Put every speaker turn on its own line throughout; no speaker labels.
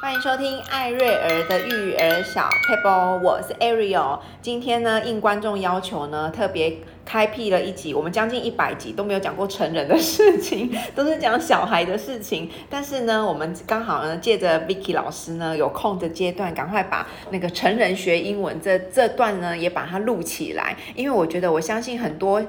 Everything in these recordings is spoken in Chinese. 欢迎收听艾瑞儿的育儿小 paper，我是 Ariel。今天呢，应观众要求呢，特别开辟了一集，我们将近一百集都没有讲过成人的事情， 都是讲小孩的事情。但是呢，我们刚好呢，借着 Vicky 老师呢有空的阶段，赶快把那个成人学英文这这段呢也把它录起来，因为我觉得我相信很多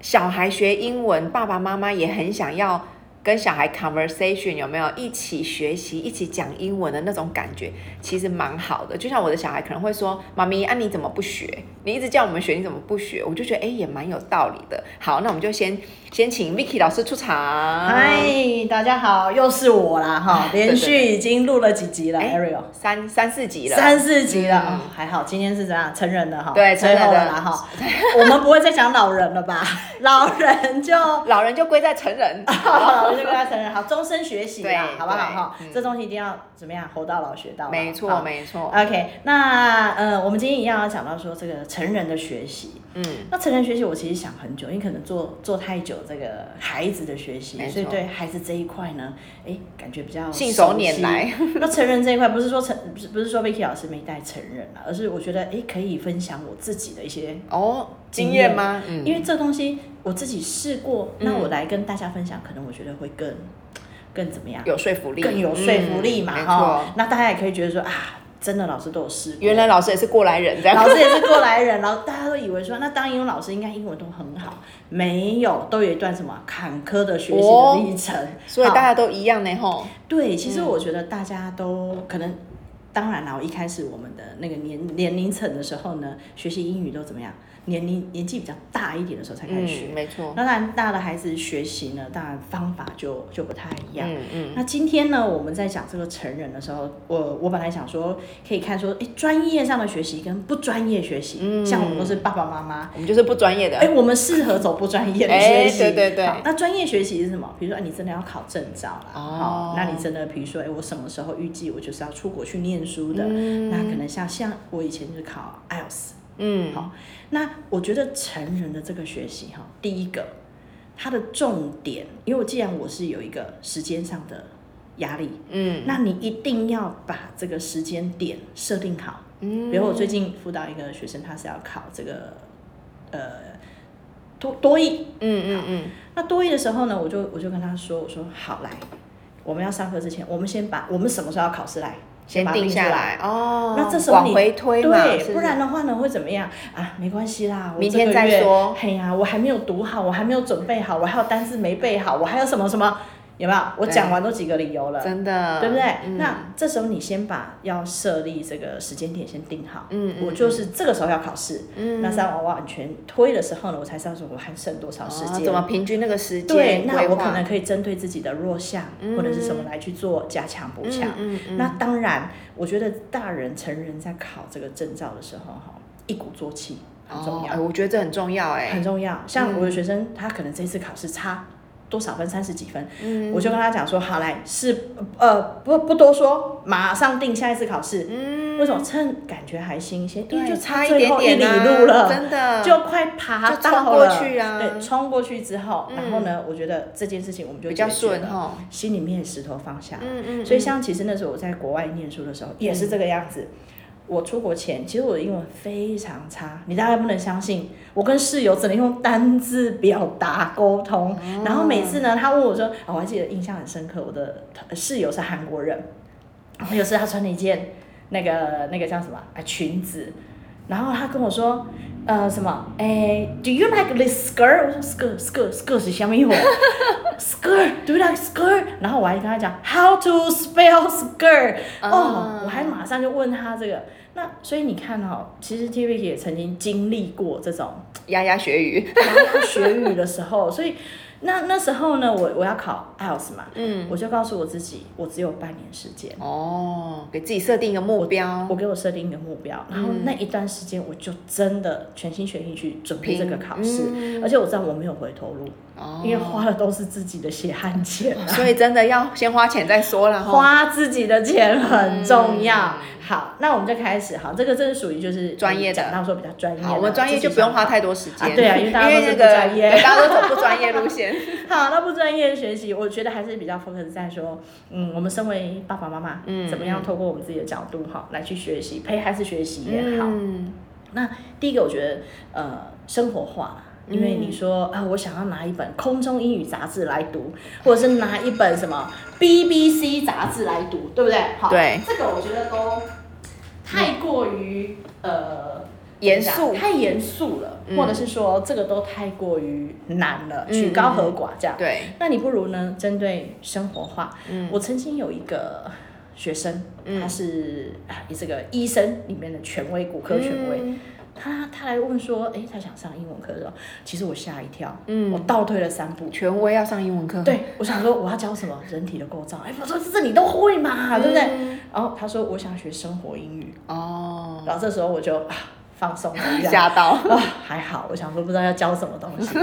小孩学英文，爸爸妈妈也很想要跟小孩 conversation，有没有一起学习、一起讲英文的那种感觉，其实蛮好的。就像我的小孩可能会说：“妈咪，啊你怎么不学？你一直叫我们学，你怎么不学？”我就觉得哎、诶也蛮有道理的。好，那我们就先先请 Vicky 老师出场。
嗨，大家好，又是我啦 哈，
对对
连续已经录了几集了
哎
，Ariel。
三三四集了，
三四集了、
嗯
哦，还好今天是怎样成人的哈，
对成人的
最后了啦 哈，我们不会再讲老人了吧？老人就
老人就归在成 人。
好，我就跟他承认，好，终身学习啦
对，
好不好哈
对嗯？
这东西一定要怎么样，活到老学到老。
没错，
好呃
没错。
OK，那呃，我们今天一样要讲到说这个成人的学习。
嗯，
那成人学习，我其实想很久，因为可能做做太久这个孩子的学习
没，错
所以对孩子这一块呢，哎，感觉比较
信手
熟悉
拈来。
那成人这一块，不是说成不是不是说 Vicky 老师没带成人啦，而是我觉得哎，可以分享我自己的一些
哦，经
经
验
验
吗？嗯，
因为这东西我自己试过，
嗯
那我来跟大家分享，可能我觉得会更更怎么样，
有说服力，
更有说服力
嗯
嘛
没
哈、
错，
那大家也可以觉得说啊，真的老师都有试过，
原来老师也是过来人，这样
老师也是过来人，然后大家都以为说，那当英文老师应该英文都很好，没有，都有一段什么坎坷的学习的历程、
哦所以大
好
家都嗯一样呢，吼。
对，其实我觉得大家都、可能。当然啦，我一开始我们的那个年年龄层的时候呢，学习英语都怎么样？年龄年纪比较大一点的时候才开始学
嗯，。没错。
那当然，大的孩子学习呢，当然方法就就不太一样。
嗯嗯，
那今天呢，我们在讲这个成人的时候，我我本来想说，可以看说，哎，专业上的学习跟不专业学习，
嗯
像我们都是爸爸妈妈，
我们就是不专业
哎，
的，
我们适合走不专业的学习。
哎对对对
好那专业学习是什么？比如说，哎，你真的要考证照啦，
哦
好，那你真的，比如说，哎，我什么时候预计我就是要出国去念书的？那可能像像我以前就是考 IELTS，
嗯，
好，那我觉得成人的这个学习哈，第一个，它的重点，因为我既然我是有一个时间上的压力，
嗯
那你一定要把这个时间点设定好。
嗯
比如我最近辅导一个学生，他是要考这个呃多多益，
嗯嗯嗯，
那多益的时候呢，我就我就跟他说，我说好来，我们要上课之前，我们先把我们什么时候要考试来
先
把它
定
出
下来哦。
那这时候
往
你
回推嘛，是
对，
是
不然的话呢会怎么样啊？没关系啦，我
明
这个
天再
月
说
嘿呀、我还没有读好，我还没有准备好，我还有单词没背好，我还有什么什么，有没有？我
对
讲完都几个理由了，
真的，
对不对？
嗯
那这时候你先把要设立这个时间点先定好。
嗯嗯
我就是这个时候要考试，
嗯
那在我完全推的时候呢，我才知道说我还剩多少时
哦
间。
怎么平均那个时间
对，那
规
我
划
可能可以针对自己的弱项、
嗯
或者是什么来去做加强补强。
嗯嗯嗯
那当然，我觉得大人成人在考这个证照的时候，哈，一鼓作气很重
哦
要，
哎我觉得这很重要哎
很，重要。像我的学生，他可能这次考试差多少分，三十几分，
嗯
我就跟他讲说，好来，是呃不不多说，马上定下一次考试。
嗯，
为什么趁感觉还新鲜？因为
对
就
差一
最
点
后一
点
里
啊
路了，
真的
就快爬
就冲
到
过
了
去啊
对，冲过去之后，
嗯
然后呢，我觉得这件事情我们就
比较
解决
顺
了
哈，
心里面石头放下。
嗯嗯，
所以像其实那时候我在国外念书的时候也是这个样子。我出国前，其实我的英文非常差，你大概不能相信。我跟室友只能用单字表达沟通，
哦
然后每次呢，他问我说，哦，我还记得印象很深刻，我的呃室友是韩国人，然后有次他穿了一件那个那个叫什么啊裙子，然后他跟我说，呃，什么，哎，Do you like this skirt？我说 skirt skirt skirt 是什么意思？skirt，do you like skirt？然后我还跟他讲 How to spell skirt？
啊
哦，我还马上就问他这个。那所以你看哦，其实 T V 也曾经经历过这种
牙牙学语，
牙牙学语的时候， 所以那那时候呢，我我要考 IELTS 嘛，
嗯，
我就告诉我自己，我只有半年时间。
哦，给自己设定一个目标
我，给我设定一个目标，然
嗯
后那一段时间我就真的全心全意去准备这个考试，
嗯
而且我知道我没有回头路，
哦
因为花的都是自己的血汗钱 啊。
所以真的要先花钱再说了哈。
花自己的钱很重要。
哦嗯
好，那我们就开始。好，这个真是属于就是
专业的
讲到说比较专业的。
好，我们专业就不用花太多时间、
啊对啊因为大家都是
那
不
个
专业
对大家都走不专业路 线。
好，那不专业学习，我觉得还是比较 focus 在说，嗯，我们身为爸爸妈妈，
嗯
怎么样透过我们自己的角度哈来去学习，陪孩子学习也好。
嗯，
第一个，我觉得呃，生活化啦。因为
嗯
你说啊、我想要拿一本空中英语杂志来读，或者是拿一本什么 BBC 杂志来读，对不对？好，
对，嗯
这个我觉得都太过于、呃
严肃
太严肃了，
嗯
或者是说这个都太过于难了，
嗯
曲高和寡这样。
对，
那你不如呢，针对生活化。
嗯
我曾经有一个学生，
嗯
他是啊也是个医生里面的权威，骨科权威。
嗯
他他来问说，诶，他想上英文课的时候，其实我吓一跳，
嗯
我倒退了三步。
权威要上英文课，
对，我想说我要教什么人体的构造，哎，我说这你都会嘛，对不对？
嗯
然后他说我想学生活英语，
哦，
然后这时候我就啊放松了一下。
吓到，
啊，还好，我想说不知道要教什么东 西。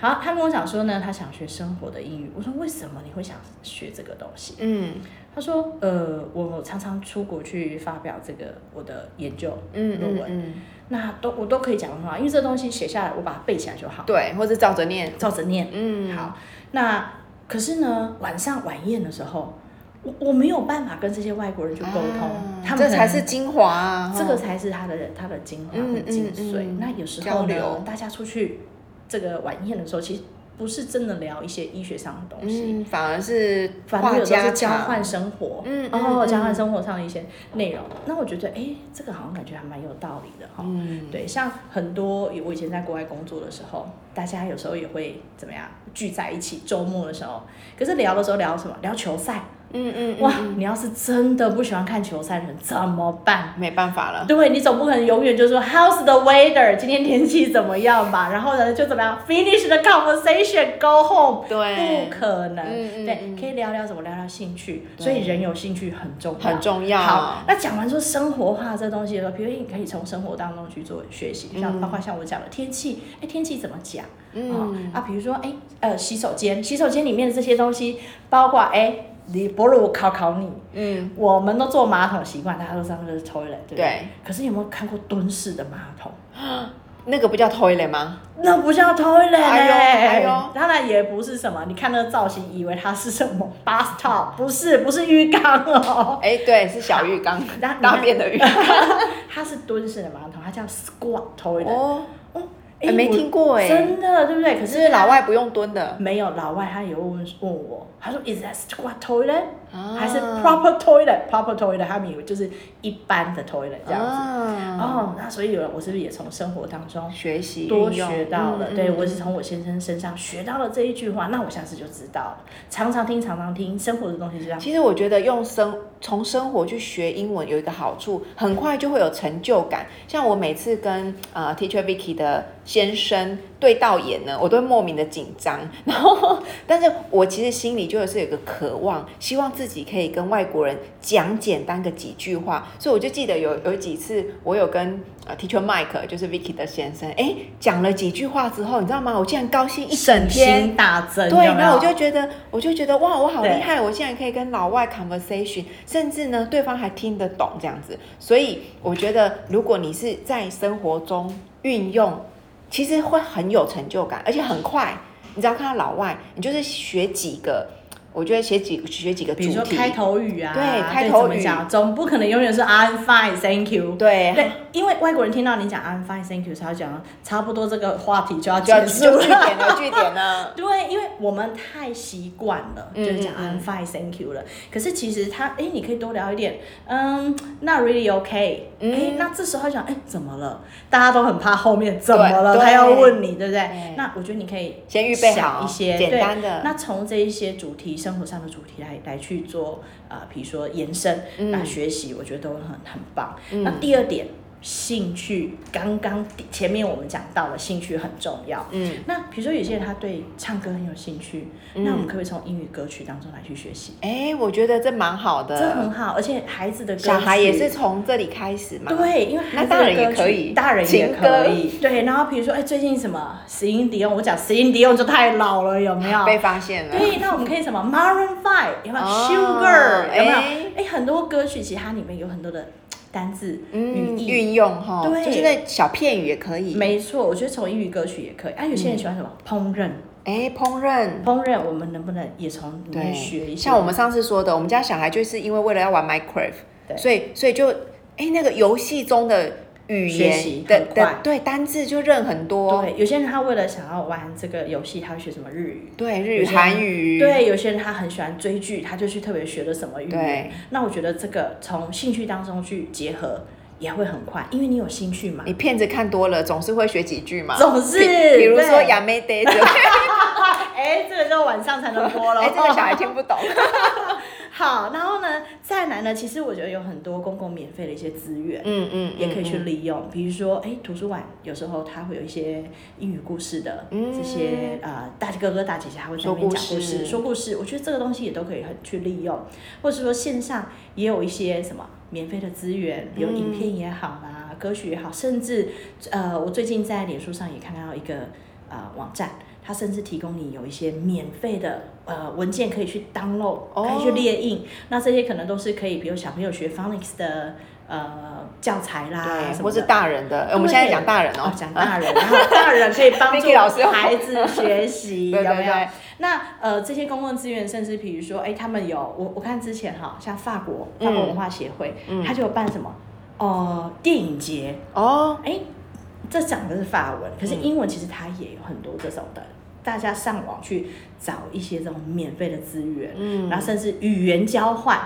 好，他跟我讲说呢，他想学生活的英语。我说为什么你会想学这个东西？
嗯
他说，呃，我常常出国去发表这个我的研究
嗯
论
嗯
文，
嗯，
那都我都可以讲得很好，因为这东西写下来，我把它背起来就好，
对，或者照着念，
照着念。
嗯，
好，那可是呢，晚上晚宴的时候，我我没有办法跟这些外国人去沟通，
啊
他们
这
可能
才是精华啊，
这
吼
个才是他的他的精华
嗯
跟精
嗯
髓。
嗯
那有时
交
候
流
呢，大家出去这个晚宴的时候，其实不是真的聊一些医学上的东西，
嗯，反而是
反正有时候
话家
是交
常
换生活。
嗯，
然后交
讲
换生活上的一些内容，那我觉得，哎，这个好像感觉还蛮有道理的哈、
嗯，
对，像很多我以前在国外工作的时候，大家有时候也会怎么样聚在一起，周末的时候，可是聊的时候聊什么？聊球赛。
嗯嗯，
哇
哇，，
你要是真的不喜欢看球赛的人怎么办？
没办法了，
对，你总不可能永远就说 How's the weather？今天天气怎么样吧？然后呢就怎么样？Finish the conversation, go home。
对
不可能。
嗯嗯
对
嗯，
可以聊聊什么？聊聊兴趣。
对
所以人有兴趣很重要。
很重要，嗯
好，那讲完说生活化这东西的时候，比如你可以从生活当中去做学习，像
嗯
包括像我讲的天气，哎，天气怎么讲？
嗯，
啊，比如说，哎，呃，洗手间，洗手间里面的这些东西，包括哎，你不如考考你，
嗯，
我们都坐马桶习惯，大家都知道那个是 toilet，对不对？
对，
可是你有没有看过蹲式的马桶？
那个不叫 toilet 吗？
那不叫 toilet 嘞、
哎呦哎呦
当然也不是什么，你看那个造型，以为它是什么 bathtub，不是，不是浴缸哦，
哎，对，是小浴缸
那，
大便的浴缸。
它是蹲式的马桶，它叫 squat toilet。
哦，
哦，
哎没听过哎
真的对不对？可
是
是
老外不用蹲的，
没有老外，他也问问我，他说 Is that squat
啊
toilet？、还是 proper toilet？proper toilet，他们以为就是一般的 toilet 这样子。
啊，
哦，那所以有了我是不是也从生活当中
学习
多
运用
学到了？
嗯
对
嗯
我是从我先生身上学到了这一句话，那我下次就知道了。常常听，常常听，生活的东西就这样。
其实我觉得用生从生活去学英文有一个好处，很快就会有成就感。像我每次跟呃 Teacher Vicky 的先生对到眼呢，我都会莫名的紧张， 然后但是我其实心里就是有一个渴望，希望自己可以跟外国人讲简单个几句话。所以我就记得有有几次我有跟呃 Teacher Mike 就是 Vicky 的先生，哎讲了几句话之后，你知道吗？我竟然高兴一整天。
信心大增，
对，
有没
然后
有
我就觉得，我就觉得哇，我好厉
对
害！我竟然可以跟老外 conversation，甚至呢，对方还听得懂这样子。所以我觉得，如果你是在生活中运用，其实会很有成就感，而且很快。你只要看到老外，你就是学几个，我觉得学几学几个
比
主
如说
题，
开头语啊，
对开头语
怎么讲，总不可能永远是 I'm fine, thank you。
对，
对，因为外国人听到你讲 I'm fine, thank you，他就讲哎差不多这个话题就要
就要
结束
就据
了。
点了，据点 了，
对，因为我们太习惯了，就是讲 I'm fine, thank you 了。可是其实他，哎，你可以多聊一点，嗯，Not really OK。哎
嗯，
那这时候他讲，哎，怎么了？大家都很怕后面怎么了，
对
他要问你，对不对
对？
那我觉得你可以
先预备好
想一些
简
对
单的
那从这一些主题，生活上的主题来来去做啊，呃比如说延伸，
嗯
那学习我觉得都很很棒。
嗯
那第二点，兴趣，刚刚前面我们讲到了兴趣很重要。
嗯，
那比如说有些人他对唱歌很有兴趣，那我们可不可以从英语歌曲当中来去学习？
哎，我觉得这蛮好的，
这很好，而且孩子的歌曲
呃小孩也是从这里开始嘛。
对，因为
那
孩子
大
的
人也
歌
可
曲
以
大人也
情
可
歌
以。对，然后比如说，哎，最近什么 c e l i n d i o 我讲 c e l i n d i o 就太老了，有没有？
被发现了。
哎对，那我们可以什么 Maroon Five 有没有、
哦
Sugar 有没有？
哎
哎、很多歌曲其实它里面有很多的单字、
嗯，
语义。
运用哈，
对
就是那小片语也可以。
没错，我觉得从英语歌曲也可以。啊，有些
嗯
人喜欢什么、烹饪，
哎，烹饪。
烹饪我们能不能也从里面学一
对，
些？
像我们上次说的，我们家小孩就是因为为了要玩 Minecraft，
对
所以所以就哎那个游戏中的语
学习
言的
很快
的对单字就认很多，
对，有些人他为了想要玩这个游戏，他会学什么日语。
对日语、
有些
韩语，
对，有些人他很喜欢追剧，他就去特别学了什么语言。
对，
那我觉得这个从兴趣当中去结合也会很快，因为你有兴趣 嘛，
你片子看多了总是会学几句嘛，
总是
比比如说
对
亚美得， 哎，
哎，这个就晚上才能 播了。
这个小孩听不 懂，
好，然后呢，再来呢，其实我觉得有很多公共免费的一些资源。
嗯嗯，
也可以去
嗯
利用，比如说，哎，图书馆有时候它会有一些英语故事的、这些呃大哥哥大姐姐，他会在那
嗯说
边讲故
故事
事、说故事。我觉得这个东西也都可以很去利用，或者说线上也有一些什么免费的资源，比如影片也好啦、歌曲也好，甚至呃，我最近在脸书上也看到一个呃网站，它甚至提供你有一些免费的呃文件可以去 download，、
哦
可以去列印。那这些可能都是可以，比如小朋友学 phonics 的呃教材啦，
对，
什
或
么
是
的。
大人的，呃我们现在讲大人哦
哦，，讲大人，然后大人可以帮助
Vicky 老师
孩子学习，
对
有
对
没有
对？，
那呃，这些公共资源，甚至比如说，哎，他们有我我看之前哈，像法国法国文化协会，
嗯
他就有办什么呃电影节，
哦，
哎，这讲的是法文，可是
嗯
英文其实它也有很多这种的，大家上网去找一些这种免费的资源，
嗯
然后甚至语言交换，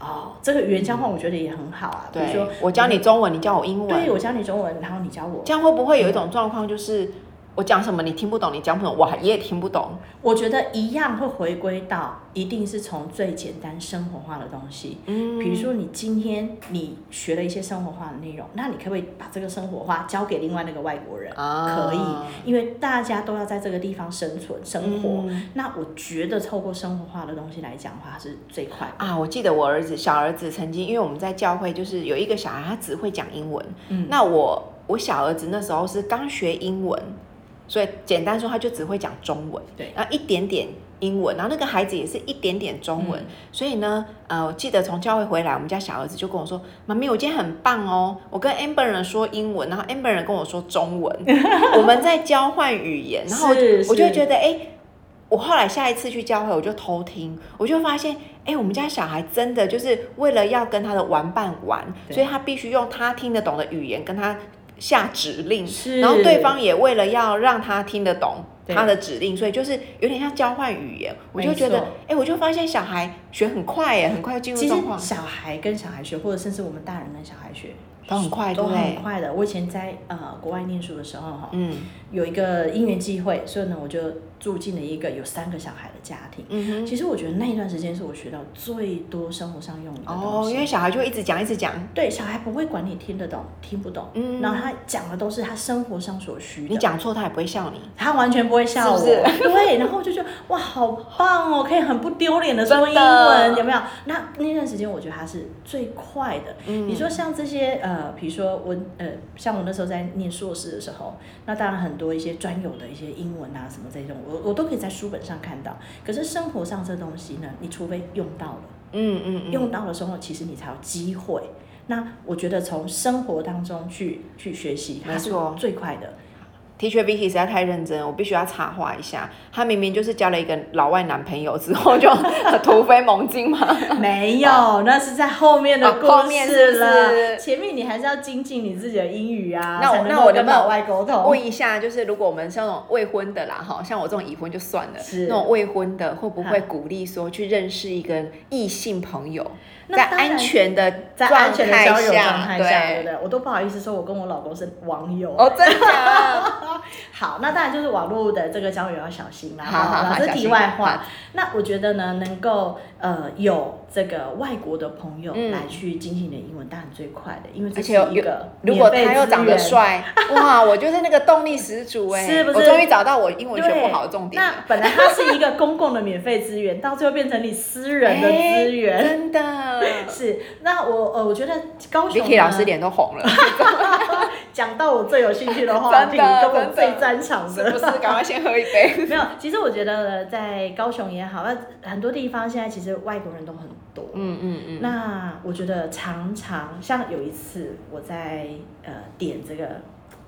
哦，这个语言交换我觉得也很好啊，比如
嗯对
说，
我教你，中文，你教我英
对
文，
我教你中文，然后你教我
这样会不会有一种状况就是？我讲什么你听不懂，你讲不懂，我也听不懂。
我觉得一样会回归到，一定是从最简单生活化的东西。
嗯
比如说，你今天你学了一些生活化的内容，那你可不可以把这个生活化交给另外那个外国人？
啊
可以，因为大家都要在这个地方生存生活。
嗯
那我觉得透过生活化的东西来讲的话是最快的。
啊，我记得我儿子小儿子曾经，因为我们在教会就是有一个小孩，他只会讲英文。
嗯
那我我小儿子那时候是刚学英文，所以简单说他就只会讲中文，
对
然后一点点英文，然后那个孩子也是一点点中
嗯
文。所以呢，呃，我记得从教会回来，我们家小儿子就跟我说：“妈咪，我今天很棒哦，我跟 Amber 人说英文，然后 Amber 人跟我说中 文，我们在交换语言。”然后我就是我就是觉得，哎、我后来下一次去教会，我就偷听，我就发现，哎、我们家小孩真的就是为了要跟他的玩伴玩，
对
所以他必须用他听得懂的语言跟他下指令，
是
嗯然后对方也为了要让他听得懂
对
他的指令，所以就是有点像交换语言。我就觉得，
没
哎
错、
我就发现小孩学很快耶，很快就进
其
入
实
状况，
小孩跟小孩学，或者甚至我们大人跟小孩学，
都很快，对
都
不
很
对？
快的。我以前在呃国外念书的时候哈，
嗯
有一个因缘机会，所以呢，我就住进了一个有三个小孩的家庭。
嗯
其实我觉得那一段时间是我学到最多生活上用语的
哼，哦
东，西。
因为小孩就一直讲一直讲，
对小孩不会管你听得懂听不懂，
嗯
然后他讲的都是他生活上所需的。
你讲错他也不会笑你，
他完全不会笑我，
是不是
对，然后我就觉得哇，好棒哦，可以很不丢脸的说
真
英
的
文，有没有？那那段时间我觉得他是最快的。
嗯
你说像这些呃，比如说我呃，像我那时候在念硕士的时候，那当然很多一些专有的一些英文啊什么这种，我我都可以在书本上看到。可是生活上这东西呢，你除非用到了，
嗯嗯嗯，
用到的时候，其实你才有机会。那我觉得从生活当中去去学习，它是
没错
最快 的。
的确，Vicky 实在太认真了，我必须要插话一下。她明明就是交了一个老外男朋友之后就 突飞猛进嘛。
没有，那是在后面的故
哦后面是
事
不
了。
是
前面你还是要精进你自己的英语啊，
那我
才能
那
够
我能
跟
不能
老外沟通。
问一下，就是如果我们像那种未婚的啦，哈，像我这种已婚就算了，
是嗯
那种未婚的会不会鼓励说去认识一个异性朋友？
那
在
当然
安全的
在安全的交友状态下，对
对。
不对？我都不好意思说，我跟我老公是网友。
哦，真 的，
好，那当然就是网络的这个交友要小心啦。
好好好
哈这
小
题
心
外话。那我觉得呢，能够呃有这个外国的朋友
嗯
来去精进你的英文，当然最快的，因为这
而
是
且有
一个
如果
免费
他又
资
长得
源
帅，哇，我就是那个动力十 足哎、
是不是
我终于找到我英文学
对
不好的重点了
那本来它是一个公共的免费资源，到最后变成你私人的资源。
哎真的。
是，那我呃，我觉得高 雄
Vicky
呢
老师脸都红了，
讲到我最有兴趣的话
真
题，
的
跟我
真的
最专长
是
的
不是？赶快先喝一杯。
没有，其实我觉得在高雄也好，那很多地方现在其实外国人都很多。
嗯嗯嗯，
那我觉得常常像有一次我在呃点这个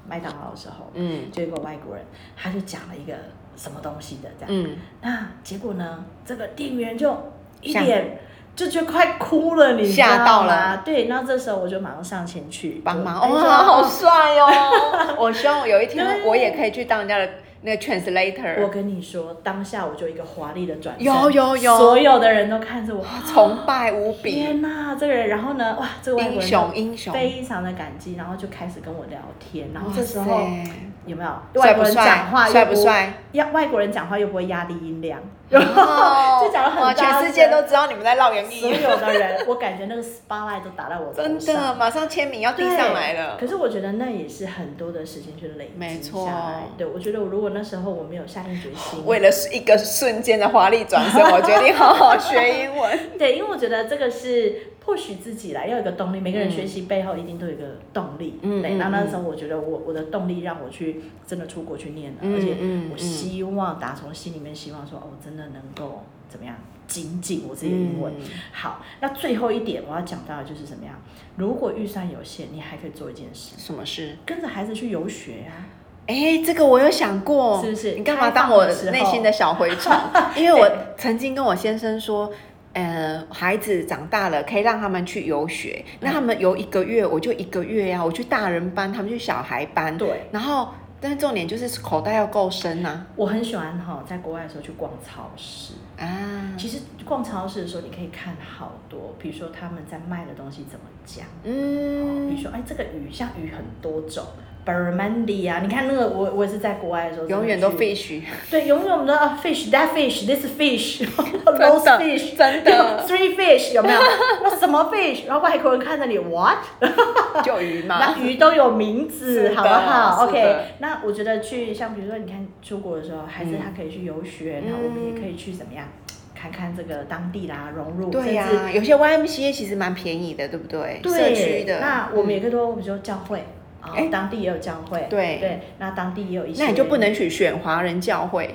麦当劳的时候，
嗯
就有一个外国人，他就讲了一个什么东西的这样，
嗯，
那结果呢，这个店员就一
吓
脸就觉得快哭了，你知道
吓到
吗
了。
对，那这时候我就马上上前去
帮忙，
就
哇、
哎
好帅 哦！我希望有一天
对
我也可以去当人家的那个
说我
translator，
跟你说，当下我就一个华丽的转身，
有有有
所有的人都看着我，
崇拜无比，
天哪，这个人，然后呢，哇，这个外国
英
人
雄英雄。
非常的感激，然后就开始跟我聊天，然后这时
哇
候
塞
有没有外
帅
国
不
人讲话
帅？帅
又
不？帅？
压外国人讲话又不会压低音量，
哦
就讲得很
哇
大
全世界都知道你们在绕洋
所
意，
有的人，我感觉那个 spotlight 都打在我头
哎真
上
的，马上签名要递
对
上来了。
可是我觉得那也是很多的时间去累
没
积
错
下来。对，我觉得我如果那时候我没有下定决心，
为了一个瞬间的华丽转 身，我决定好好学英文。
对，因为我觉得这个是迫使自己来要有一个动力。每个人
嗯
学习背后一定都有一个动力。
嗯
对。
嗯
那那
嗯
时候我觉得我我的动力让我去真的出国去念了，
嗯
而且
嗯
我
嗯
希望打从心里面希望说，哦，我真的能够怎么样精进我自己的英
嗯
文。好，那最后一点我要讲到的就是怎么样？如果预算有限，你还可以做一件事，
什么事？
跟着孩子去游学啊。
哎，这个我有想过，
是不是
你干嘛当我内心的小蛔虫？因为我曾经跟我先生说。呃，孩子长大了可以让他们去游学，那他们游一个月，我就一个月啊呀、我去大人班，他们去小孩班，
对。
然后但是重点就是口袋要够深啊呐
我很喜欢哈，在国外的时候去逛超市。
啊。啊
其实逛超市的时候，你可以看好多，比如说他们在卖的东西怎么讲，比如
嗯，
说哎，这个鱼像鱼很多种。b a r m a n d i 啊，你看那个我我也是在国外的时候，
永远都
真的 去
fish，
对，永远我们都啊 fish that fish this fish
真的
those fish
真的
three fish 有没有？那什么 fish？然后外国人看着你 what？
就鱼嘛
那。鱼都有名
是
字，
的
好不好
是的
？OK，那我觉得去像比如说，你看出国的时候，孩子他可以去游学，
嗯
那我们也可以去怎么样，看看这个当地啦，融入，
对呀、
甚至
有些 YMCA 其实蛮便宜的，对不对？社区
对，
的。嗯
那我们也可以多，比如说教会，啊
哎，
当地也有教会，
对
对，那当地也有一些，
那你就不能去选华人教会，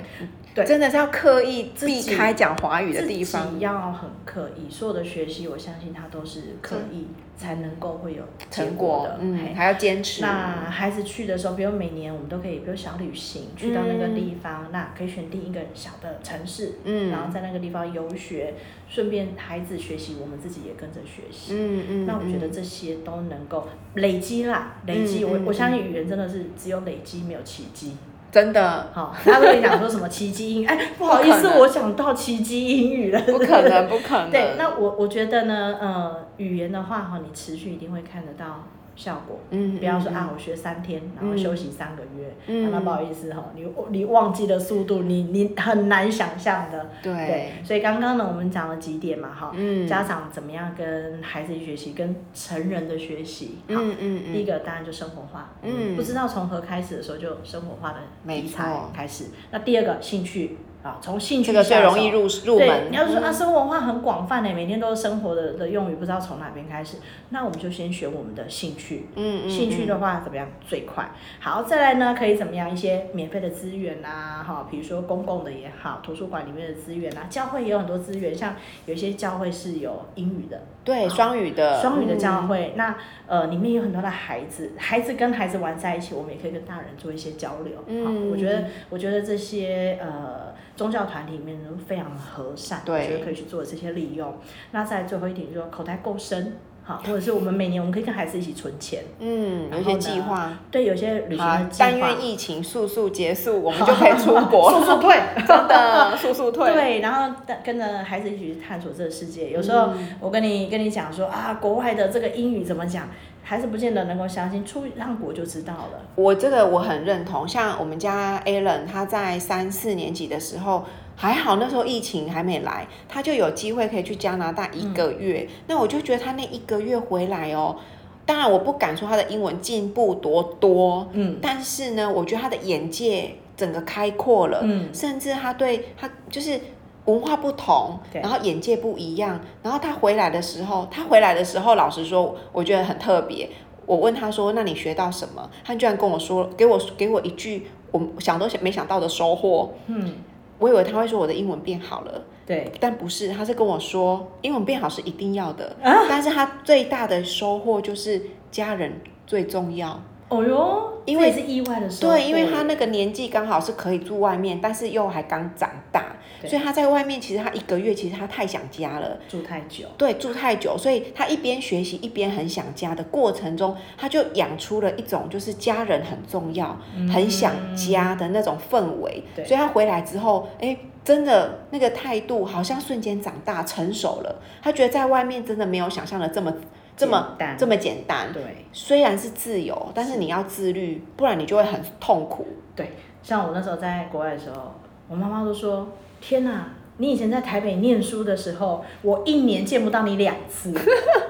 对
真的是要刻意
自
避
己
开讲华语的地
自
方
己，要很刻意，所有的学习，我相信他都是刻意才能够会有结
成
果
果
的，嘿
嗯，还要坚持。
那孩子去的时候，比如每年我们都可以，比如小旅行去到那个地方，那可以选定一个小的城市，
嗯
然后在那个地方游学，顺便孩子学习，我们自己也跟着学习。
嗯嗯，
那我觉得
嗯
这些都能够累积啦，累积。
嗯
我
嗯
我相信语言真的是只有累积，没有奇迹。
真的
好，大家都跟你讲说什么奇迹英，哎， 不好意
不
思
可，能
我想到奇迹英语了。
不可 能，不可能。
对，那我我觉得呢，呃，语言的话哈，你持续一定会看得到效果。
嗯，嗯
不要说
嗯
啊，我学三天，然后休息三个月，啊
嗯
那不好意思哈、你你忘记的速度，你你很难想象的。
对，
所以刚刚呢，我们讲了几点嘛哈、
嗯
家长怎么样跟孩子学习，跟成人的学习。好
嗯嗯
第一
嗯，
个当然就生活化，
嗯
不知道从何开始的时候就生活化的
没
题材
错
开始。那第二个兴趣啊，从兴趣
这个最
下手
容易入入
对
门，。
你要是说
嗯
啊，生活化很广泛呢，每天都是生活的的用语，不知道从哪边开始，那我们就先选我们的兴趣。
嗯嗯
兴趣的话怎么样最快？好，再来呢，可以怎么样？一些免费的资源啊，哈，比如说公共的也好，图书馆里面的资源啊，教会也有很多资源，像有些教会是有英语的，
对双语的
双语的
嗯
教会，那呃里面有很多的孩子，孩子跟孩子玩在一起，我们也可以跟大人做一些交流。
嗯
好我觉得我觉得这些呃宗教团体里面都非常和善，
对
我觉得可以去做这些利用。那再最后一点就是说口袋够深，好，或者是我们每年我们可以跟孩子一起存钱，
嗯，有
然
一
后
些
呢
计划。
对，有些旅行
好
的，计划，
但啊愿疫情速速结束，我们就可以出国
速
了。
速退，
真的，速速退。
对，然后带跟着孩子一起去探索这个世界。有时候
嗯
我跟你跟你讲说啊，国外的这个英语怎么讲，孩子不见得能够相信，出一趟国就知道了。
我这个我很认同，像我们家 Alan，他在三四年级的时候，还好那时候疫情还没来，他就有机会可以去加拿大一个月。
嗯
那我就觉得他那一个月回来哦，当然我不敢说他的英文进步多多，
嗯
但是呢，我觉得他的眼界整个开阔了，
嗯，
甚至他对他就是文化不同，
对
然后眼界不一样，然后他回来的时候，他回来的时候，老实说，我觉得很特别。我问他说：“那你学到什么？”他居然跟我说：“给我给我一句我想都想没想到的收获。”
嗯，
我以为他会说我的英文变好了，
对，
但不是，他是跟我说英文变好是一定要的，但是他最大的收获就是家人最重要。
哦哟，
因
因
为
为是意外的收获
对，因为他那个年纪刚好是可以住外面，但是又还刚长大，
对
所以他在外面其实他一个月其实他太想家了。
住太久，
对，住太久，所以他一边学习一边很想家的过程中，他就养出了一种就是家人很重要、很想家的那种氛围。
嗯对
所以他回来之后，哎，真的那个态度好像瞬间长大成熟了。他觉得在外面真的没有想象的这么这么
简单
这么简单。
对
虽然是自由，但是你要自律，不然你就会很痛苦。
对，像我那时候在国外的时候，我妈妈都说：“天哪、你以前在台北念书的时候，我一年见不到你两 次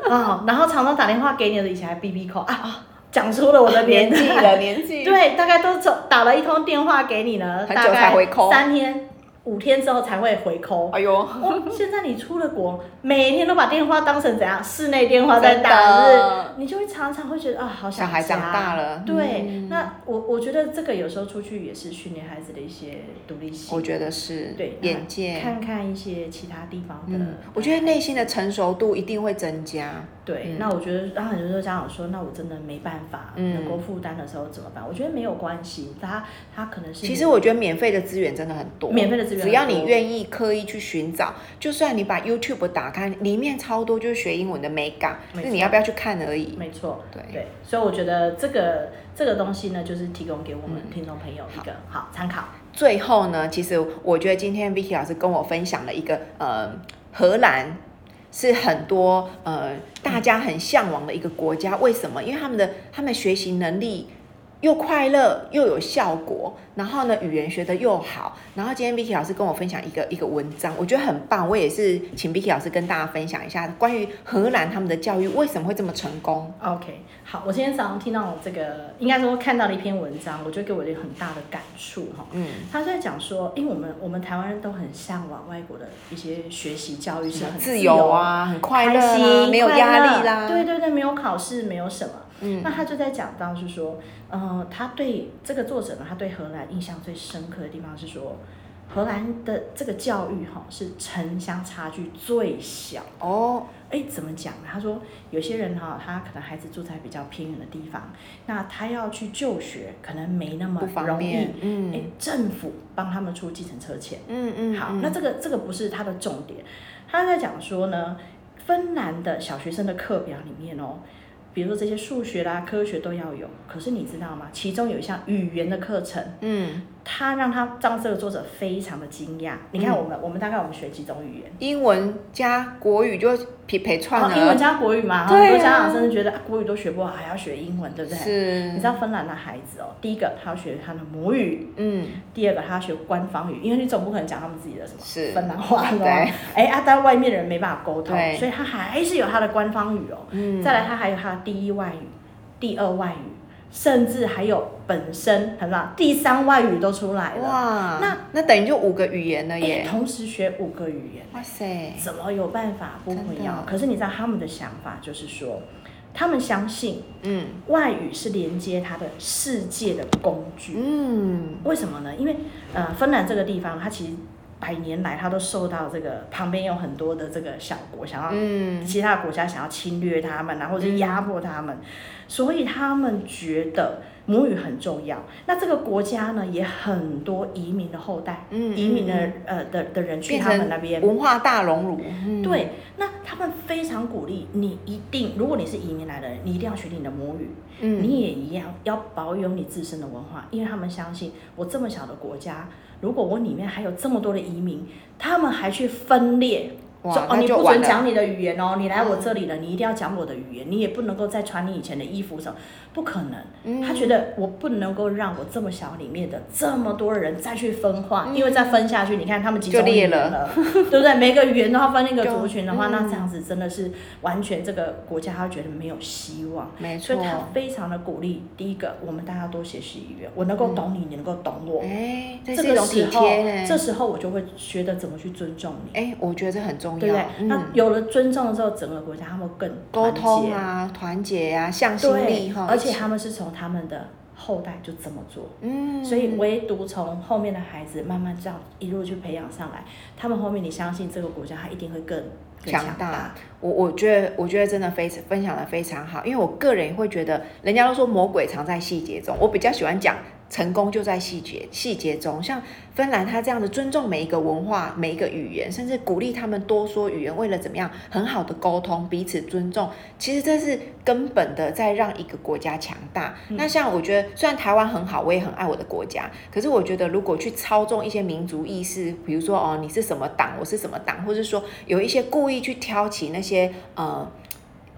啊、然后常常打电话给你的以前还 B B 口啊，讲出了我的年纪
了，年纪
对，大概都从打了一通电话给你呢，
很
大
久
概
才回 call
三天、五天之后才会回扣。
哎呦，
哦，现在你出了国，每天都把电话当成怎样室内电话在打，
真
是
的
你就会常常会觉得啊，好
小
想
孩长
家
大了，嗯
对，那我我觉得这个有时候出去也是训练孩子的一些独立性，
我觉得是
对嗯
眼界。
看看一些其他地方的。
嗯，我觉得内心的成熟度一定会增加。
对，
嗯
那我觉得，然后很多家长说，那我真的没办法，
嗯
能够负担的时候怎么办？我觉得没有关系，他他可能是
其实我觉得免费的资源真的很多，
免费的资源
只
很多
要你愿意刻意去寻找，就算你把 YouTube 打开，里面超多就是学英文的美感，那
没错
你要不要去看而已。
没错，
对
对，所以我觉得这个这个东西呢，就是提供给我们
嗯
听众朋友一个好参考。
最后呢，其实我觉得今天 Vicky 老师跟我分享了一个呃，荷兰是很多呃大家很向往的一个国家。为什么？因为他们的他们学习能力又快乐又有效果，然后呢语言学的又好。然后今天 Vicky 老师跟我分享一个一个文章，我觉得很棒。我也是请 Vicky 老师跟大家分享一下关于荷兰他们的教育为什么会这么成功。
OK，好，我今天早上听到这个，应该说看到了一篇文章，我就给我一个很大的感触哈。
嗯，
他在讲说，因为我们我们台湾人都很向往外国的一些学习教育是很
自
由
由，啊，很快乐
开
啊，
心，
没有
快
压
乐
力啦。
对对对，没有考试，没有什么。
嗯
那他就在讲到是说，呃，他对这个作者呢，他对荷兰印象最深刻的地方是说，荷兰的这个教育哈、是城乡差距最小。
哦，
哎，怎么讲呢？他说有些人哈、他可能孩子住在比较偏远的地方，那他要去就学，可能没那么
不方
容易
便。。嗯
哎，政府帮他们出计程车钱。
嗯嗯，
好，
嗯
那这个这个不是他的重点，他在讲说呢，芬兰的小学生的课表里面哦，比如说这些数学啦、科学都要有，可是你知道吗？其中有一项语言的课程，
嗯，
他让他让这个作者非常的惊讶。你
嗯
看我们、我们大概我们学几种语言？
英文加国语就匹配串
哦，英文
了，
加国语嘛，
对啊
很多家长甚至觉得、啊、国语都学不好，还要学英文，对不对？你
是
知，道芬兰的孩子哦，第一个他要学他的母语，
嗯，
第二个他要学官方语，因为你总不可能讲他们自己的什么
是
芬兰话咯。
对
哎啊，但外面的人没办法沟通
对，
所以他还是有他的官方语哦。
嗯，
再来，他还有他的第一外语、第二外语，甚至还有本身很棒，第三外语都出来了。
哇，
那
那等于就五个语言了
哎，
耶，
同时学五个语言，
哇塞，
怎么有办法不混
真的
淆？可是你知道他们的想法就是说，他们相信
嗯
外语是连接他的世界的工具。
嗯
为什么呢？因为呃，芬兰这个地方，它其实百年来他都受到这个旁边有很多的这个小国想要
嗯，
其他国家想要侵略他们啊，然后是压迫他们，所以他们觉得母语很重要。那这个国家呢，也很多移民的后代，
嗯
移民的呃的的人去
变
他
成
们那边。
文化大熔炉，嗯，
对，那他们非常鼓励你，一定，如果你是移民来的人，你一定要学你的母语，
嗯，
你也一样要保有你自身的文化，因为他们相信，我这么小的国家，如果我里面还有这么多的移民，他们还去分裂，
哇
说哦，
那
你
就
不
完
准
了嗯
讲你的语言哦，你来我这里了，你一定要讲我的语言，你也不能够再穿你以前的衣服什么，不可
嗯
能。他觉得我不能够让我这么小里面的这么多人再去分化，因为再分下去，你看他们几
嗯就
种语
裂
言
了啊
了，对不对？每个语言都要分那个
就
族群的话，那这样子真的是完全这个国家他觉得没有希望。
没
所
错
以，他非常的鼓励，第一个，我们大家多学习语言，我能够懂你，你能够懂我。
哎，这
这
是一
个
种体
时候
贴，哎呢
这时候我就会学得怎么去尊重你。
哎，我觉得这很重
对不对
要，？
那
嗯，
有了尊重了之后，整个国家他们更
沟
团结
通，啊，团结啊，向心力
对
哈，，
而且他们是从他们的后代就这么做，
嗯，
所以唯独从后面的孩子慢慢这样一路去培养上来，他们后面你相信这个国家他一定会更更
强
强
大我我觉得，我觉得真的非常分享的非常好，因为我个人也会觉得，人家都说魔鬼藏在细节中，我比较喜欢讲成功就在细节细节中。像芬兰，他这样子尊重每一个文化、每一个语言，甚至鼓励他们多说语言，为了怎么样很好的沟通、彼此尊重，其实这是根本的在让一个国家强大。那像我觉得，虽然台湾很好，我也很爱我的国家，可是我觉得如果去操纵一些民族意识，比如说哦，你是什么党，我是什么党，或是说有一些故意去挑起那些呃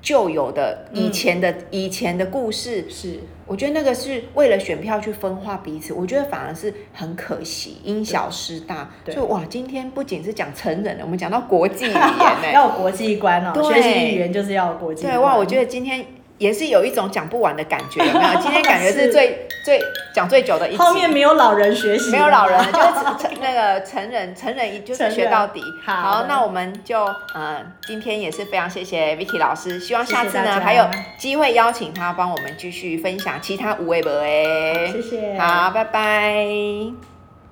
旧有的、以前的、以前的故事，
是
我觉得那个是为了选票去分化彼此，我觉得反而是很可惜，因小失大。
对
就哇，今天不仅是讲成人了，我们讲到国际语 言呢、
要有国际观哦，
对
学习语言就是要有国际观。
对哇，我觉得今天也是有一种讲不完的感觉，有没 有？今天感觉是
是
最最讲最久的一集。
后面没有老人学习，
没有老人， 了，就是成那个成人，成人一就是
成人
学到底。
好的
那我们就呃，今天也是非常谢谢 Vicky 老师，希望下次呢
谢谢大家
还有机会邀请他帮我们继续分享其他无微博哎。
谢谢。
好，拜拜。